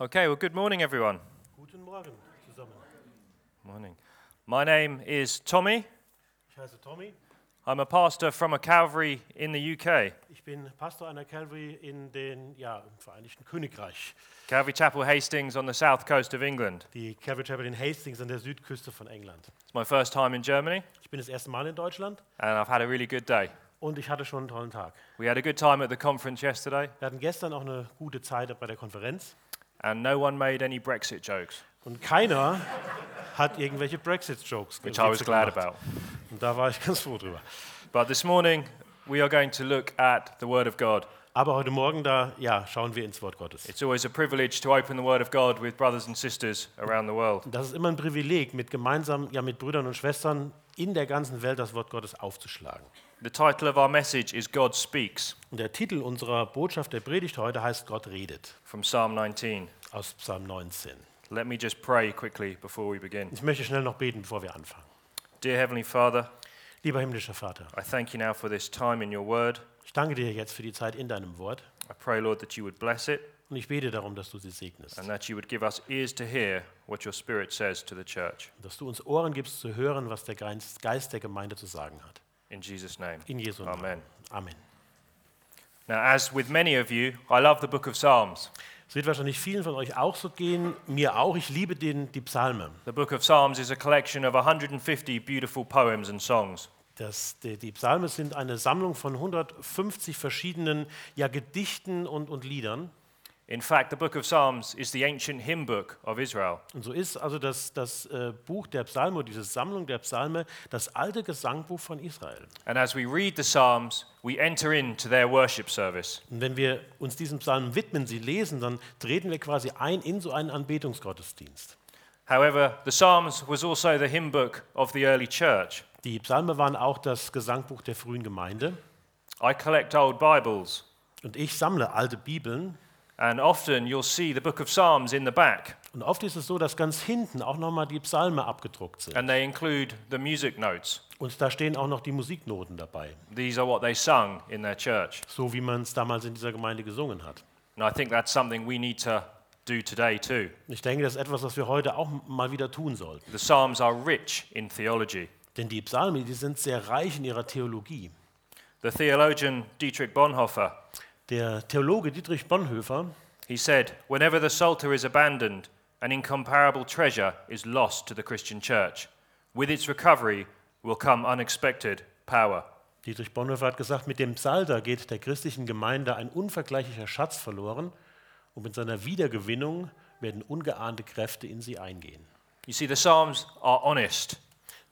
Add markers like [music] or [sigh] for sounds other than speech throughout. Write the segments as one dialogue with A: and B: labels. A: Okay, well, good morning, everyone.
B: Guten Morgen zusammen.
A: Morning. My name is Tommy.
B: Ich heiße Tommy.
A: I'm a pastor from a Calvary in the UK,
B: Ich bin Pastor einer Calvary in den, ja, im Vereinigten Königreich.
A: Calvary Chapel Hastings on the south coast of England.
B: Die Calvary Chapel in Hastings an der Südküste von England.
A: It's my first time in Germany,
B: Ich bin das erste Mal in Deutschland
A: and I've had a really good day.
B: und ich hatte schon einen tollen Tag.
A: We had a good time at the conference yesterday,
B: Wir hatten gestern auch eine gute Zeit bei der Konferenz
A: and no one made any Brexit jokes,
B: und keiner [laughs] hat irgendwelche Brexit-Jokes
A: which I was glad about.
B: Und da war ich [laughs] ganz froh drüber.
A: But this morning, we are going to look at the Word of God.
B: Aber heute Morgen, da ja, schauen wir ins Wort Gottes.
A: It's always a privilege to open the Word of God with brothers and sisters around the world.
B: Das ist immer ein Privileg, mit gemeinsam, ja, mit Brüdern und Schwestern in der ganzen Welt das Wort Gottes aufzuschlagen.
A: The title of our message is God Speaks
B: Und der Titel unserer Botschaft der Predigt heute heißt Gott redet
A: from Psalm 19.
B: aus Psalm 19.
A: Let me just pray quickly before we begin.
B: Ich möchte schnell noch beten, bevor wir anfangen.
A: Dear Heavenly Father,
B: Lieber himmlischer Vater,
A: I thank you now for this time in your word.
B: ich danke dir jetzt für die Zeit in deinem Wort
A: I pray, Lord, that you would bless it
B: und ich bete darum, dass du sie segnest,
A: and that you would give us ears to hear what your Spirit says to the church.
B: dass du uns Ohren gibst zu hören, was der Geist Geist der Gemeinde zu sagen hat.
A: In Jesus' name.
B: In Jesu Namen.
A: Amen.
B: Amen.
A: Now, as with many of you, I love the book of Psalms.
B: Es wird wahrscheinlich vielen von euch auch so gehen, mir auch. Ich liebe den, die Psalme.
A: The book of Psalms is a collection of 150 beautiful poems and songs.
B: Das, die, die Psalme sind eine Sammlung von 150 verschiedenen ja, Gedichten und, und Liedern.
A: In fact, the book of Psalms is the ancient hymn book of Israel.
B: Und so ist also das, das äh, Buch der Psalme, diese Sammlung der Psalme, das alte Gesangbuch von Israel.
A: And as we read the Psalms, we enter into their worship service.
B: Und wenn wir uns diesem Psalm widmen, sie lesen, dann treten wir quasi ein in so einen Anbetungsgottesdienst.
A: However, the Psalms was also the hymn book of the early church.
B: Die Psalme waren auch das Gesangbuch der frühen Gemeinde.
A: I collect old Bibles,
B: Und ich sammle alte Bibeln.
A: and often you'll see the book of Psalms in the back,
B: Und oft ist es so, dass ganz hinten auch nochmal die Psalme abgedruckt sind.
A: and they include the music notes.
B: Und da stehen auch noch die Musiknoten dabei,
A: These are what they sung in their church.
B: so wie man es damals in dieser Gemeinde gesungen hat.
A: And I think that's something we need to do today too.
B: Und ich denke, das ist etwas, was wir heute auch mal wieder tun sollten.
A: The Psalms are rich in theology.
B: Denn die Psalme, die sind sehr reich in ihrer Theologie.
A: The theologian Dietrich Bonhoeffer,
B: Der Theologe Dietrich Bonhoeffer,
A: he said, Whenever the Psalter is abandoned, an incomparable treasure is lost to the Christian church. With its recovery will come unexpected power.
B: Dietrich Bonhoeffer hat gesagt, mit dem Psalter geht der christlichen Gemeinde ein unvergleichlicher Schatz verloren und mit seiner Wiedergewinnung werden ungeahnte Kräfte in sie eingehen.
A: You see, the Psalms are honest.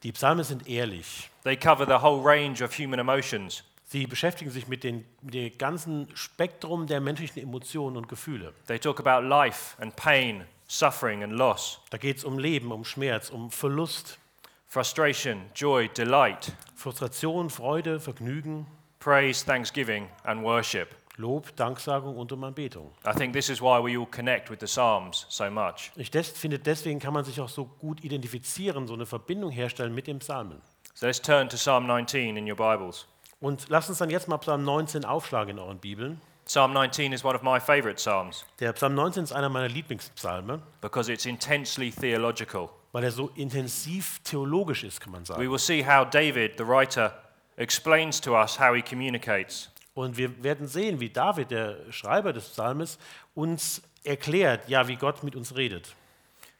B: Die Psalmen sind ehrlich.
A: They cover the whole range of human emotions.
B: Sie beschäftigen sich mit, den, mit dem ganzen Spektrum der menschlichen Emotionen und Gefühle.
A: They talk about life and pain, suffering and loss,
B: Da geht es um Leben, um Schmerz, um Verlust,
A: frustration, joy, delight,
B: Frustration, Freude, Vergnügen,
A: praise, thanksgiving, and worship.
B: Lob, Danksagung und um Anbetung.
A: I think this is why we all connect with the Psalms so much.
B: Ich des, finde, deswegen kann man sich auch so gut identifizieren, so eine Verbindung herstellen mit dem Psalmen.
A: So let's turn to Psalm 19 in your Bibles.
B: Und lasst uns dann jetzt mal Psalm 19 aufschlagen in euren Bibeln.
A: Psalm 19 is one of my favorite Psalms
B: Der Psalm 19 ist einer meiner Lieblingspsalme,
A: because it's intensely theological.
B: weil er so intensiv theologisch ist, kann man
A: We
B: sagen.
A: will see how David, the writer, explains to us how he communicates.
B: Und wir werden sehen, wie David, der Schreiber des Psalmes, uns erklärt, ja, wie Gott mit uns redet.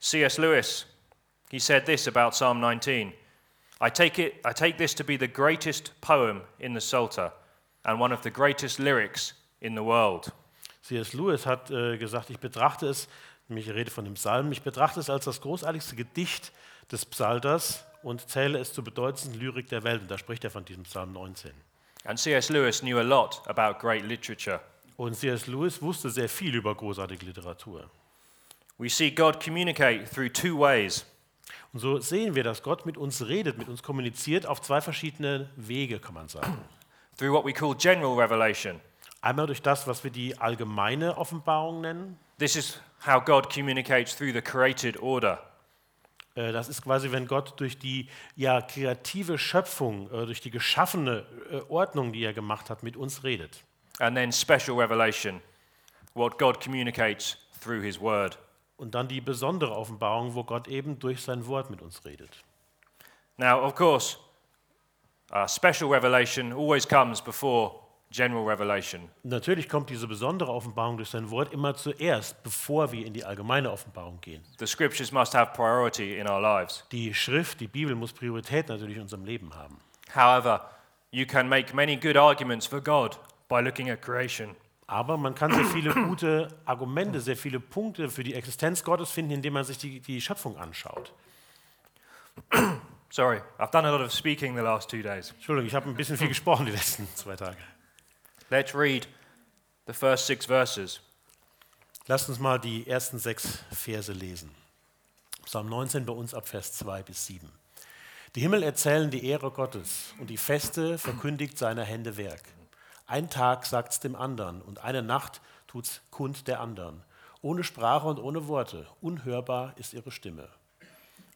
A: C.S. Lewis, he said this about Psalm 19 I take, it, I take this to be the greatest poem in the Psalter and one of the greatest lyrics in the world.
B: C.S. Lewis hat äh, gesagt, ich betrachte es, nämlich ich rede von dem Psalm, ich betrachte es als das großartigste Gedicht des Psalters und zähle es zur bedeutendsten Lyrik der Welt. Und da spricht er von diesem Psalm 19.
A: And C.S. Lewis knew a lot about great literature.
B: Und C.S. Lewis wusste sehr viel über großartige Literatur.
A: We see God communicate through two ways.
B: Und so sehen wir, dass Gott mit uns redet, mit uns kommuniziert auf zwei verschiedene Wege, kann man sagen.
A: Through what we call general revelation.
B: Einmal durch das, was wir die allgemeine Offenbarung nennen.
A: This is how God communicates through the created order.
B: Äh, Das ist quasi, wenn Gott durch die ja, kreative Schöpfung, äh, durch die geschaffene äh, Ordnung, die er gemacht hat, mit uns redet.
A: And then special revelation, what God communicates through his word.
B: Und dann die besondere Offenbarung, wo Gott eben durch sein Wort mit uns redet.
A: Now, of course, uh, special revelation always comes before general revelation.
B: Natürlich kommt diese besondere Offenbarung durch sein Wort immer zuerst, bevor wir in die allgemeine Offenbarung gehen.
A: The scriptures must have priority in our lives.
B: Die Schrift, die Bibel muss Priorität natürlich in unserem Leben haben.
A: However, you can make many good arguments for God by looking at creation.
B: Aber man kann sehr viele gute Argumente, sehr viele Punkte für die Existenz Gottes finden, indem man sich die, die Schöpfung anschaut.
A: Sorry, I've done a lot of speaking the last two days.
B: Entschuldigung, ich habe ein bisschen viel gesprochen die letzten zwei Tage.
A: Let's read the first six verses.
B: Lasst uns mal die ersten sechs Verse lesen. Psalm 19 bei uns ab Vers 2 bis 7. Die Himmel erzählen die Ehre Gottes und die Feste verkündigt seiner Hände Werk. Ein Tag sagt's dem anderen und eine Nacht tut's kund der anderen. Ohne Sprache und ohne Worte, unhörbar ist ihre Stimme.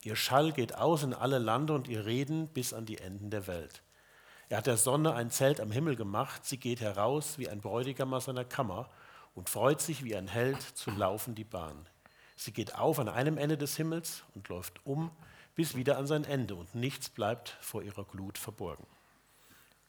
B: Ihr Schall geht aus in alle Lande und ihr Reden bis an die Enden der Welt. Er hat der Sonne ein Zelt am Himmel gemacht, sie geht heraus wie ein Bräutigam aus seiner Kammer und freut sich wie ein Held zu laufen die Bahn. Sie geht auf an einem Ende des Himmels und läuft um bis wieder an sein Ende und nichts bleibt vor ihrer Glut verborgen.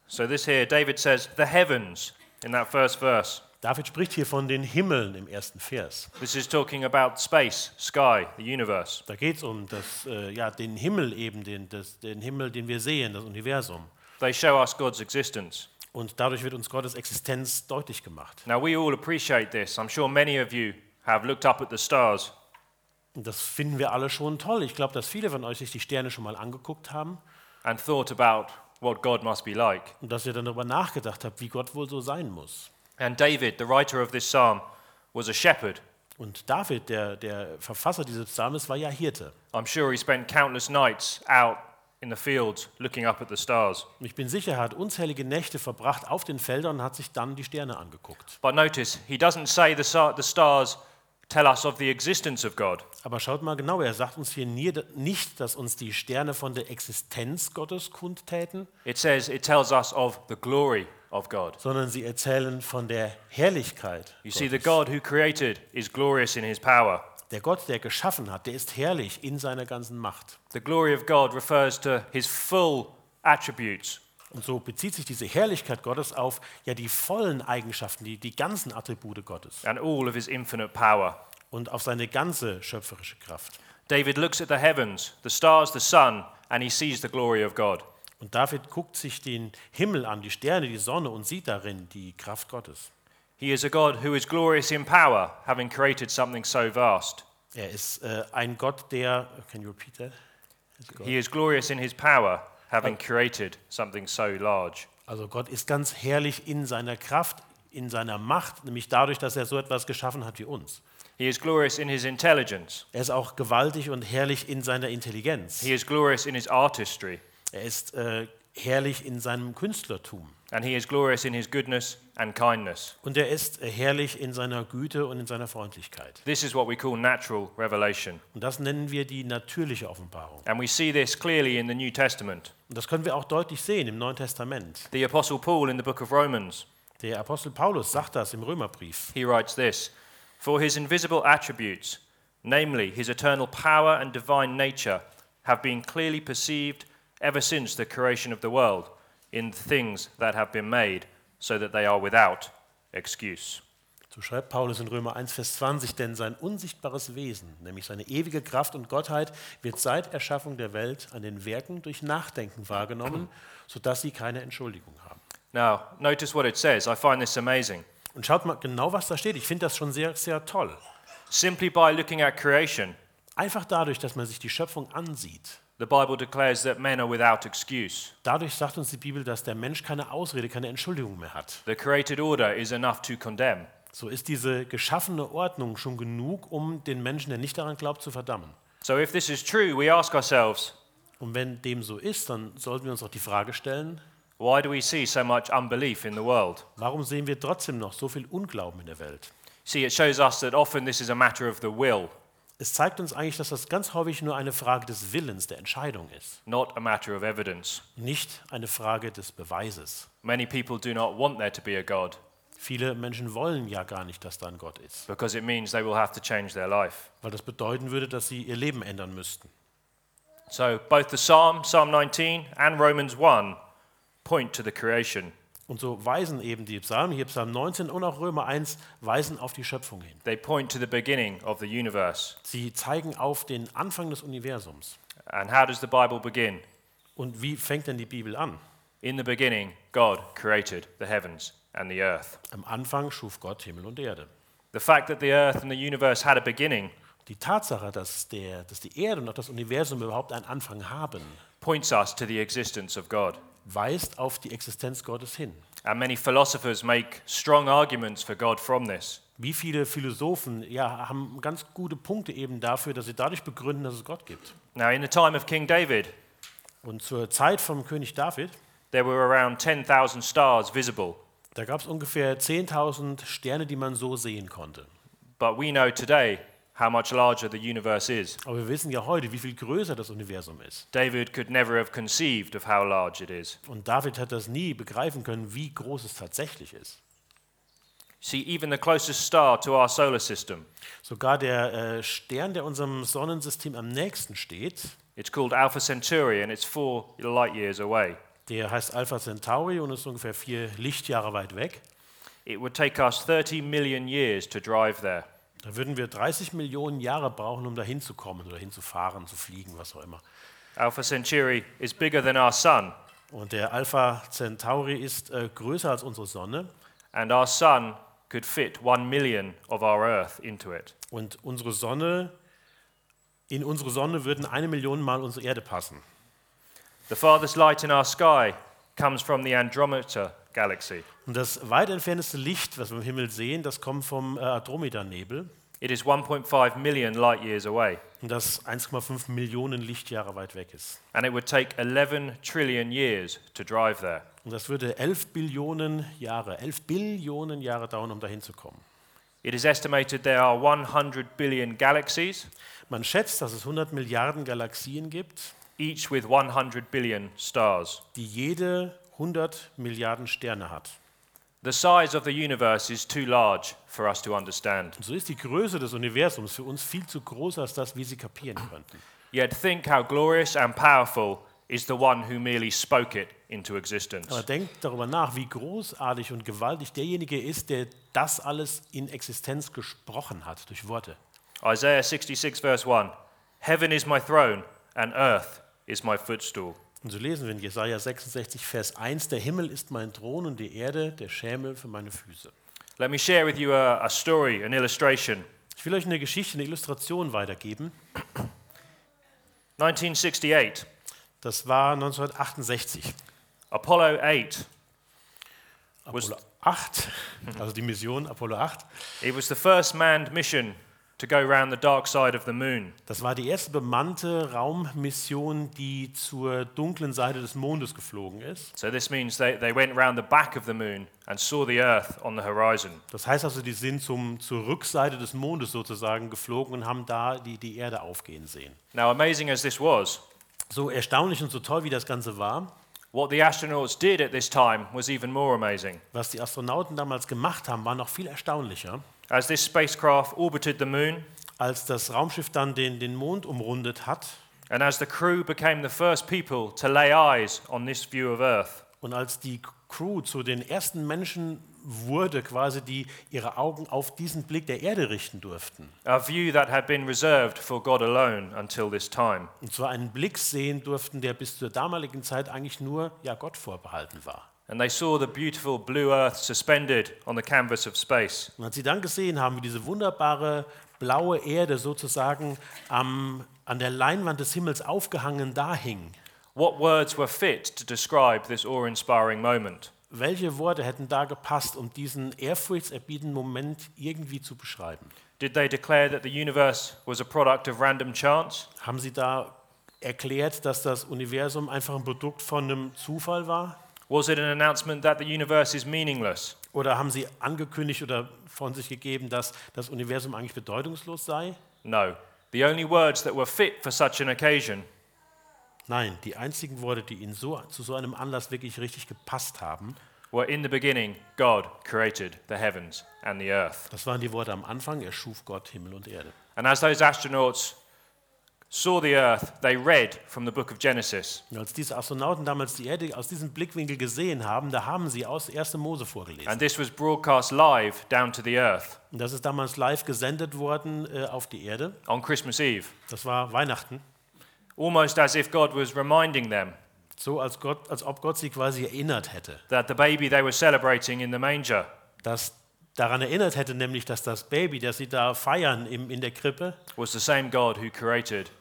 A: So, this here, David says, the heavens in that first verse.
B: David spricht hier von den Himmeln im ersten Vers.
A: This is talking about space, sky, the universe.
B: Da geht es um das, äh, ja, den Himmel eben, den, das, den Himmel, den wir sehen, das Universum.
A: They show us God's existence.
B: Und dadurch wird uns Gottes Existenz deutlich gemacht.
A: Now, we all appreciate this. I'm sure many of you have looked up at the stars.
B: Und das finden wir alle schon toll. Ich glaube, dass viele von euch sich die Sterne schon mal angeguckt haben
A: and thought about what God must be like.
B: und dass ihr dann darüber nachgedacht habt, wie Gott wohl so sein muss.
A: And David, the writer of this psalm, was a shepherd.
B: Und David, der, der Verfasser dieses Psalms, war ja Hirte.
A: I'm sure he spent countless nights out in the fields looking up at the stars.
B: Und ich bin sicher, er hat unzählige Nächte verbracht auf den Feldern und hat sich dann die Sterne angeguckt.
A: But notice, he doesn't say the, sa- the stars tell us of the existence of God.
B: Aber schaut mal genau, er sagt uns hier nie, nicht, dass uns die Sterne von der Existenz Gottes kundtäten,
A: It says it tells us of the glory of God.
B: sondern sie erzählen von der Herrlichkeit.
A: You see, the God who created is glorious in his power.
B: Der Gott, der geschaffen hat, der ist herrlich in seiner ganzen Macht.
A: The glory of God refers to his full attributes.
B: Und so bezieht sich diese Herrlichkeit Gottes auf ja die vollen Eigenschaften, die, die ganzen Attribute Gottes
A: and all of his infinite power.
B: und auf seine ganze schöpferische Kraft.
A: David looks at the heavens, the stars, the sun, and he sees the glory of God.
B: Und David guckt sich den Himmel an, die Sterne, die Sonne und sieht darin die Kraft Gottes.
A: He is a God who is glorious in power, having created something so vast.
B: Er ist äh, ein Gott, der. Can you repeat that?
A: He is glorious in his power, having created something so large.
B: Also Gott ist ganz herrlich in seiner Kraft, in seiner Macht, nämlich dadurch, dass er so etwas geschaffen hat wie uns.
A: He is glorious in his intelligence.
B: Er ist auch gewaltig und herrlich in seiner Intelligenz.
A: He is glorious in his artistry,
B: Er ist äh, herrlich in seinem Künstlertum.
A: and he is glorious in his goodness and kindness.
B: Und er ist herrlich in seiner Güte und in seiner Freundlichkeit.
A: This is what we call natural revelation.
B: Und das nennen wir die natürliche Offenbarung.
A: And we see this clearly in the New Testament.
B: Und das können wir auch deutlich sehen im Neuen Testament.
A: The Apostle Paul in the book of Romans
B: Der Apostel Paulus sagt das im Römerbrief.
A: He writes this For his invisible attributes, namely his eternal power and divine nature, have been clearly perceived ever since the creation of the world in things that have been made, so that they are without excuse.
B: So schreibt Paulus in Römer 1, Vers 20, denn sein unsichtbares Wesen, nämlich seine ewige Kraft und Gottheit, wird seit Erschaffung der Welt an den Werken durch Nachdenken wahrgenommen, sodass sie keine Entschuldigung haben.
A: Now, notice what it says. I find this amazing.
B: Und schaut mal genau, was da steht. Ich finde das schon sehr, sehr toll.
A: Simply by looking at creation,
B: Einfach dadurch, dass man sich die Schöpfung ansieht,
A: the Bible declares that men are without excuse.
B: Dadurch sagt uns die Bibel, dass der Mensch keine Ausrede, keine Entschuldigung mehr hat.
A: The created order is enough to condemn.
B: So ist diese geschaffene Ordnung schon genug, um den Menschen, der nicht daran glaubt, zu verdammen.
A: So, if this is true, we ask ourselves,
B: Und wenn dem so ist, dann sollten wir uns auch die Frage stellen,
A: why do we see so much unbelief in the world?
B: warum sehen wir trotzdem noch so viel Unglauben in der Welt?
A: See, it shows us that often this is a matter of the will,
B: Es zeigt uns eigentlich, dass das ganz häufig nur eine Frage des Willens, der Entscheidung ist,
A: not a matter of evidence.
B: nicht eine Frage des Beweises.
A: Many people do not want there to be a God.
B: Viele Menschen wollen ja gar nicht, dass da ein Gott ist,
A: because it means they will have to change their life.
B: weil das bedeuten würde, dass sie ihr Leben ändern müssten.
A: So both the Psalm, Psalm 19, and Romans 1 point to the creation.
B: Und so weisen eben die Psalmen, hier Psalm 19 und auch Römer 1, weisen auf die Schöpfung hin.
A: They point to the beginning of the universe.
B: Sie zeigen auf den Anfang des Universums.
A: And how does the Bible begin?
B: Und wie fängt denn die Bibel an?
A: In the beginning, God created the heavens and the earth.
B: Am Anfang schuf Gott Himmel und Erde.
A: The fact that the earth and the universe had a beginning
B: Die Tatsache, dass, der, dass die Erde und auch das Universum überhaupt einen Anfang haben,
A: points us to the existence of God.
B: weist auf die Existenz Gottes hin.
A: And many philosophers make strong arguments for God from this.
B: Wie viele Philosophen ja, haben ganz gute Punkte eben dafür, dass sie dadurch begründen, dass es Gott gibt.
A: Now, in the time of King David,
B: Und zur Zeit vom König David,
A: there were around 10,000 stars visible.
B: da gab es ungefähr 10.000 Sterne, die man so sehen konnte.
A: But we know today how much larger the universe is.
B: Aber wir wissen ja heute, wie viel größer das Universum ist.
A: David could never have conceived of how large it is.
B: Und David hat das nie begreifen können, wie groß es tatsächlich ist.
A: See, even the closest star to our solar system,
B: Sogar der äh, Stern, der unserem Sonnensystem am nächsten steht,
A: it's called Alpha Centauri and it's four light years away.
B: der heißt Alpha Centauri und ist ungefähr vier Lichtjahre weit weg.
A: It would take us 30 million years to drive there.
B: Da würden wir 30 Millionen Jahre brauchen, um da hinzukommen oder hinzufahren, zu fliegen, was auch immer.
A: Alpha Centauri is bigger than our sun,
B: Und der Alpha Centauri ist äh, größer als unsere Sonne
A: and our sun could fit 1 million of our Earth into it.
B: und unsere Sonne, in unsere Sonne würden eine Million Mal unsere Erde passen.
A: The farthest light in our sky comes from the Andromeda galaxy.
B: Und das weit entfernteste Licht, was wir im Himmel sehen, das kommt vom äh, Andromeda-Nebel
A: It is 1.5 million light years away,
B: und das 1,5 Millionen Lichtjahre weit weg ist.
A: and it would take 11 trillion years to drive there.
B: Und das würde 11 Billionen Jahre, 11 Billionen Jahre dauern, um dahin zu kommen.
A: It is estimated there are 100 billion galaxies,
B: Man schätzt, dass es 100 Milliarden Galaxien gibt,
A: each with 100 billion stars.
B: die jede 100 Milliarden Sterne hat.
A: The size of the universe is too large for us to understand.
B: Und so ist die Größe des Universums für uns viel zu groß, als das wir sie kapieren könnten.
A: Yet think how glorious and powerful is the one who merely spoke it into existence.
B: Aber denkt darüber nach, wie großartig und gewaltig derjenige ist, der das alles in Existenz gesprochen hat durch Worte.
A: Isaiah 66, verse 1 Heaven is my throne, and earth is my footstool.
B: Und so lesen wir in Jesaja 66, Vers 1: Der Himmel ist mein Thron und die Erde der Schemel für meine Füße.
A: Let me share with you a, a story, an illustration.
B: Ich will euch eine Geschichte, eine Illustration weitergeben.
A: 1968,
B: Das war 1968.
A: Apollo 8.
B: Apollo 8, [laughs] also die Mission Apollo 8.
A: It was the first manned mission to go round the dark side of the moon.
B: Das war die erste bemannte Raummission, die zur dunklen Seite des Mondes geflogen ist.
A: So this means they, they went round the back of the moon and saw the earth on the horizon.
B: Das heißt also, die sind zum, zur Rückseite des Mondes sozusagen geflogen und haben da die, die Erde aufgehen sehen.
A: Now, amazing as this was,
B: So erstaunlich und so toll, wie das Ganze war,
A: what the astronauts did at this time was even more amazing.
B: was die Astronauten damals gemacht haben, war noch viel erstaunlicher.
A: As this spacecraft orbited the moon,
B: Als das Raumschiff dann den, den Mond umrundet hat
A: and as the crew became the first people to lay eyes on this view of Earth,
B: und als die Crew zu den ersten Menschen wurde, quasi, die ihre Augen auf diesen Blick der Erde richten durften.
A: a view that had been reserved for God alone until this time.
B: Und zwar einen Blick sehen durften, der bis zur damaligen Zeit eigentlich nur ja, Gott vorbehalten war.
A: And they saw the beautiful blue Earth suspended on the canvas of space.
B: Und als sie dann gesehen haben, wie diese wunderbare blaue Erde sozusagen am, an der Leinwand des Himmels aufgehangen dahing,
A: What words were fit to describe this awe inspiring moment?
B: welche Worte hätten da gepasst, um diesen ehrfurchtserbietenden Moment irgendwie zu beschreiben?
A: Did they declare that the universe was a product of random chance?
B: Haben sie da erklärt, dass das Universum einfach ein Produkt von einem Zufall war?
A: Was it an announcement that the universe is meaningless?
B: Oder haben sie angekündigt oder von sich gegeben, dass das Universum eigentlich bedeutungslos sei?
A: No. The only words that were fit for such an occasion
B: Nein, die einzigen Worte, die ihnen so, zu so einem Anlass wirklich richtig gepasst haben,
A: were in the beginning God created the heavens and the earth.
B: Das waren die Worte am Anfang, er schuf Gott Himmel und Erde.
A: And as those astronauts saw the earth, they read from the book of Genesis.
B: Und als diese Astronauten damals die Erde aus diesem Blickwinkel gesehen haben, da haben sie aus 1. Mose vorgelesen.
A: And this was broadcast live down to the earth
B: Und das ist damals live gesendet worden äh, auf die Erde.
A: on Christmas Eve,
B: Das war Weihnachten.
A: almost as if God was reminding them
B: So als, Gott, als ob Gott sie quasi erinnert hätte.
A: that the baby they were celebrating in the manger
B: Dass daran erinnert hätte nämlich, dass das Baby, das sie da feiern im, in der Krippe,
A: was the same God who created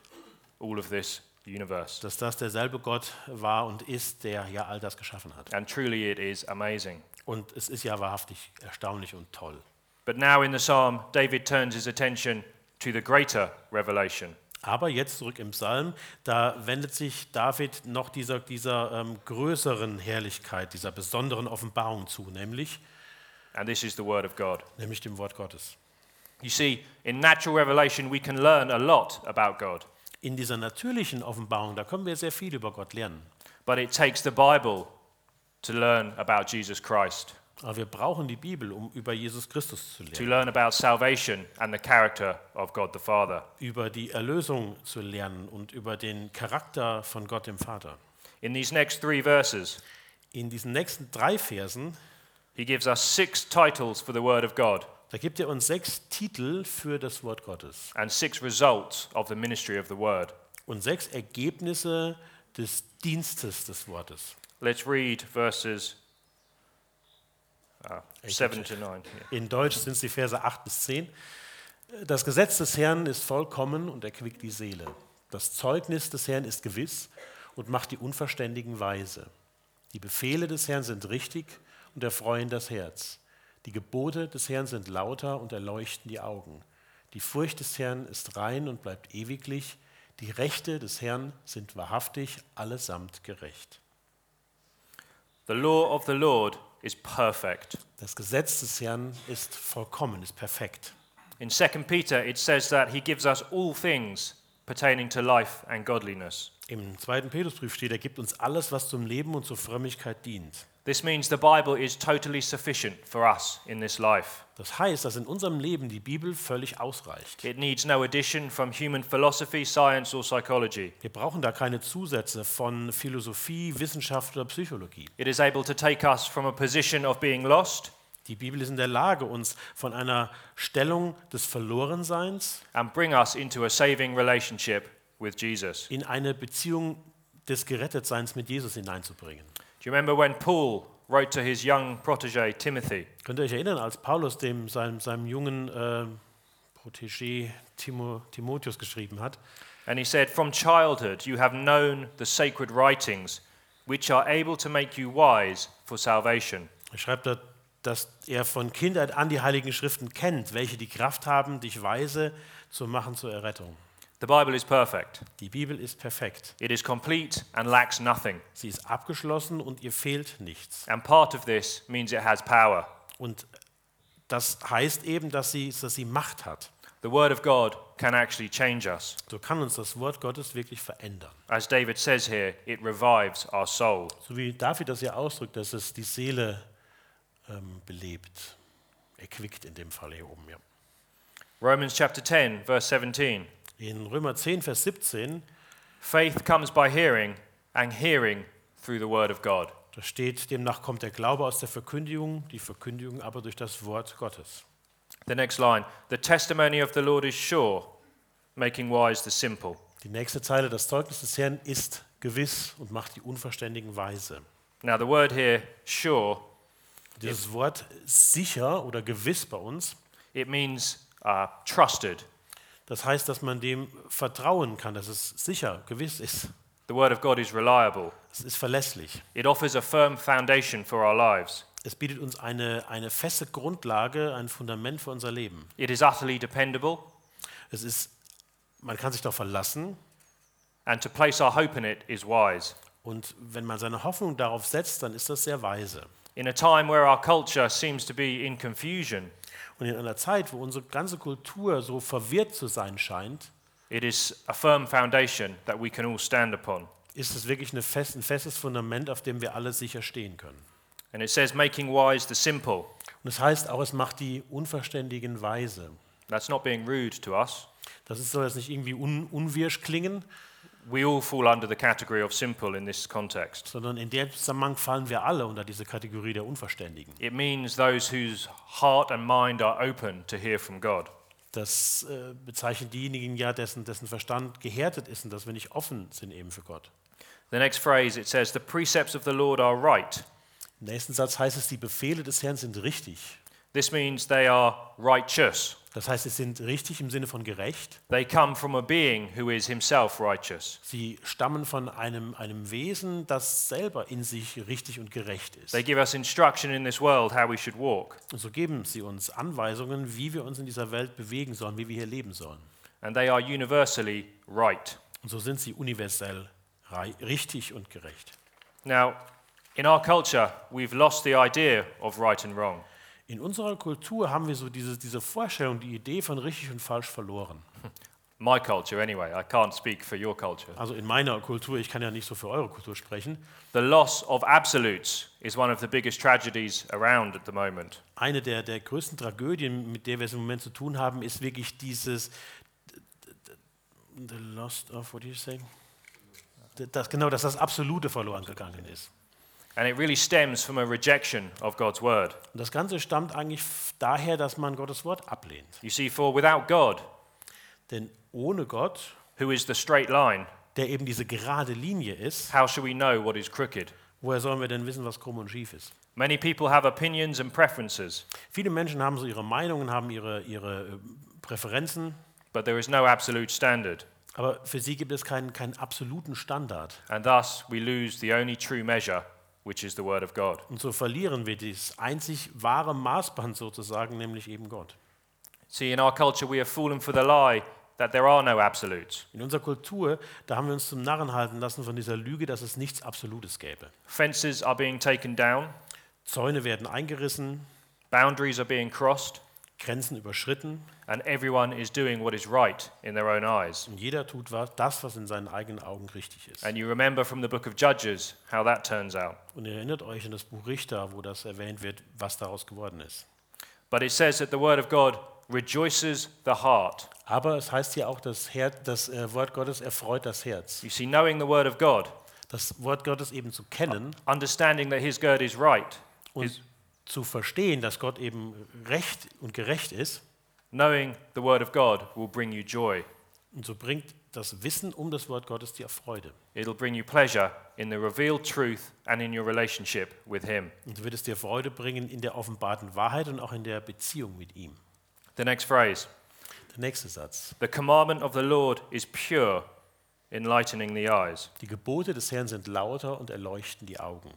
A: all of this universe.
B: dass das derselbe Gott war und ist, der ja all das geschaffen hat.
A: And truly, it is amazing.
B: Und es ist ja wahrhaftig erstaunlich und toll.
A: But now in the psalm, David turns his attention to the greater revelation.
B: Aber jetzt zurück im Psalm, da wendet sich David noch dieser, dieser ähm, größeren Herrlichkeit, dieser besonderen Offenbarung zu, nämlich,
A: And this is the word of God.
B: nämlich dem Wort Gottes.
A: You see, in natural revelation, we can learn a lot about God,
B: In dieser natürlichen Offenbarung, da können wir sehr viel über Gott lernen.
A: but it takes the Bible to learn about Jesus Christ,
B: Aber wir brauchen die Bibel, um über Jesus Christus zu
A: to
B: lernen,
A: learn about salvation and the character of God the Father.
B: über die Erlösung zu lernen und über den Charakter von Gott dem Vater.
A: In these next three verses,
B: In diesen nächsten drei Versen,
A: he gives us six titles for the word of God
B: da gibt er uns sechs Titel für das Wort Gottes
A: and six results of the ministry of the word.
B: und sechs Ergebnisse des Dienstes des Wortes.
A: Let's read verses uh, 7 to 9. Yeah.
B: In Deutsch sind es die Verse 8 bis 10. Das Gesetz des Herrn ist vollkommen und erquickt die Seele. Das Zeugnis des Herrn ist gewiss und macht die Unverständigen weise. Die Befehle des Herrn sind richtig und erfreuen das Herz. Die Gebote des Herrn sind lauter und erleuchten die Augen. Die Furcht des Herrn ist rein und bleibt ewiglich. Die Rechte des Herrn sind wahrhaftig allesamt gerecht.
A: The law of the Lord is perfect.
B: Das Gesetz des Herrn ist vollkommen, ist perfekt.
A: In 2 Peter, it says that he gives us all things pertaining to life and godliness.
B: Im zweiten Petrusbrief steht, er gibt uns alles, was zum Leben und zur Frömmigkeit dient.
A: This means the Bible is totally sufficient for us in this life.
B: Das heißt, dass in unserem Leben die Bibel völlig ausreicht.
A: It needs no addition from human philosophy, science, or psychology.
B: Wir brauchen da keine Zusätze von Philosophie, Wissenschaft oder Psychologie.
A: It is able to take us from a position of being lost
B: Die Bibel ist in der Lage, uns von einer Stellung des Verlorenseins
A: and bring us into a saving relationship with Jesus.
B: in eine Beziehung des Gerettetseins mit Jesus hineinzubringen.
A: Do you remember when Paul wrote to his young protege Timothy?
B: Könnt ihr euch erinnern, als Paulus dem, seinem, seinem jungen äh, Protégé Timo, Timotheus geschrieben hat,
A: And he said, From childhood you have known the sacred writings, which are able to make you wise for salvation.
B: Er schreibt da, dass er von Kindheit an die Heiligen Schriften kennt, welche die Kraft haben, dich weise zu machen zur Errettung.
A: The Bible is perfect,
B: Die Bibel ist perfekt.
A: it is complete and lacks nothing.
B: Sie ist abgeschlossen und ihr fehlt nichts.
A: And part of this means it has power.
B: Und das heißt eben, dass sie, dass sie Macht hat.
A: The Word of God can actually change us.
B: So kann uns das Wort Gottes wirklich verändern.
A: As David says here, it revives our soul.
B: So wie David das ja ausdrückt, dass es die Seele ähm, belebt, erquickt in dem Fall hier oben. Ja.
A: Romans chapter 10, verse 17.
B: In Römer 10, Vers 17
A: Faith comes by hearing, and hearing through the Word of God.
B: Da steht, demnach kommt der Glaube aus der Verkündigung, die Verkündigung aber durch das Wort Gottes.
A: The next line The testimony of the Lord is sure, making wise the simple.
B: Die nächste Zeile, das Zeugnis des Herrn ist gewiss und macht die Unverständigen weise.
A: Now, the word here, sure,
B: Dieses Wort sicher oder gewiss bei uns,
A: it means uh, trusted.
B: das heißt, dass man dem vertrauen kann, dass es sicher, gewiss ist.
A: The word of God is reliable.
B: Es ist verlässlich.
A: It offers a firm foundation for our lives.
B: Es bietet uns eine, eine feste Grundlage, ein Fundament für unser Leben.
A: It is utterly dependable,
B: Es ist, man kann sich darauf verlassen
A: and to place our hope in it is wise.
B: und wenn man seine Hoffnung darauf setzt, dann ist das sehr weise.
A: In a time where our culture seems to be in confusion,
B: Und in einer Zeit, wo unsere ganze Kultur so verwirrt zu sein scheint,
A: it is a firm foundation that we can all stand upon.
B: ist es wirklich eine fest, ein festes Fundament, auf dem wir alle sicher stehen können.
A: And it says, making wise the simple.
B: Und es heißt auch, es macht die Unverständigen weise.
A: That's not being rude to us.
B: Das ist, soll jetzt nicht irgendwie un, unwirsch klingen,
A: We all fall under the category of simple in this context.
B: sondern in dem Zusammenhang fallen wir alle unter diese Kategorie der Unverständigen.
A: It means those whose heart and mind are open to hear from God.
B: Das äh, bezeichnet diejenigen ja, dessen, dessen Verstand gehärtet ist und dass wir nicht offen sind eben für Gott.
A: The next phrase, it says, the precepts of the Lord are right.
B: Im nächsten Satz heißt es, die Befehle des Herrn sind richtig.
A: This means they are righteous.
B: Das heißt, sie sind richtig im Sinne von gerecht.
A: They come from a being who is himself righteous.
B: Sie stammen von einem, einem Wesen, das selber in sich richtig und gerecht ist.
A: They give us instruction in this world how we should walk,
B: Und so geben sie uns Anweisungen, wie wir uns in dieser Welt bewegen sollen, wie wir hier leben sollen.
A: and they are universally right.
B: Und so sind sie universell rei- richtig und gerecht.
A: Now, in our culture, we've lost the idea of right and wrong.
B: In unserer Kultur haben wir so diese, diese Vorstellung, die Idee von richtig und falsch verloren.
A: My culture, anyway, I can't speak for your culture.
B: Also in meiner Kultur, ich kann ja nicht so für eure Kultur sprechen,
A: The loss of absolutes is one of the biggest tragedies around at the moment.
B: eine der, der größten Tragödien, mit der wir es im Moment zu tun haben, ist wirklich dieses The lost of, what do you say? Das, genau, dass das Absolute verloren gegangen ist.
A: And it really stems from a rejection of God's word.
B: Und das Ganze stammt eigentlich f- daher, dass man Gottes Wort ablehnt.
A: You see, for without God,
B: Denn ohne Gott,
A: who is the straight line,
B: der eben diese gerade Linie ist,
A: how shall we know what is crooked?
B: woher sollen wir denn wissen, was krumm und schief ist?
A: Many people have opinions and preferences,
B: Viele Menschen haben so ihre Meinungen, haben ihre, ihre äh, Präferenzen,
A: but there is no absolute standard,
B: aber für sie gibt es keinen, keinen absoluten Standard.
A: and thus we lose the only true measure, which is the word of God.
B: Und so verlieren wir dieses einzig wahre Maßband sozusagen, nämlich eben Gott.
A: See, in our culture, we have fallen for the lie that there are no absolutes.
B: In unserer Kultur, da haben wir uns zum Narren halten lassen von dieser Lüge, dass es nichts Absolutes gäbe.
A: Fences are being taken down,
B: Zäune werden eingerissen,
A: boundaries are being crossed,
B: Grenzen überschritten
A: and everyone is doing what is right in their own eyes.
B: und jeder tut was, das, was in seinen eigenen Augen richtig ist.
A: And you remember from the book of Judges how that turns out.
B: Und ihr erinnert euch an das Buch Richter, wo das erwähnt wird, was daraus geworden ist.
A: But it says that the word of God rejoices the heart.
B: Aber es heißt hier auch, das, Her das äh, Wort Gottes erfreut das Herz.
A: You see, knowing the word of God,
B: Das Wort Gottes eben zu kennen
A: Ah, understanding that his God is right,
B: und zu verstehen, dass Gott eben recht und gerecht ist.
A: knowing the word of God will bring you joy.
B: Und so bringt das Wissen um das Wort Gottes dir Freude.
A: It'll bring you pleasure in the revealed truth and in your relationship with him.
B: Und so wird es dir Freude bringen in der offenbarten Wahrheit und auch in der Beziehung mit ihm.
A: The next phrase
B: Der nächste Satz.
A: The commandment of the Lord is pure, enlightening the eyes.
B: Die Gebote des Herrn sind lauter und erleuchten die Augen.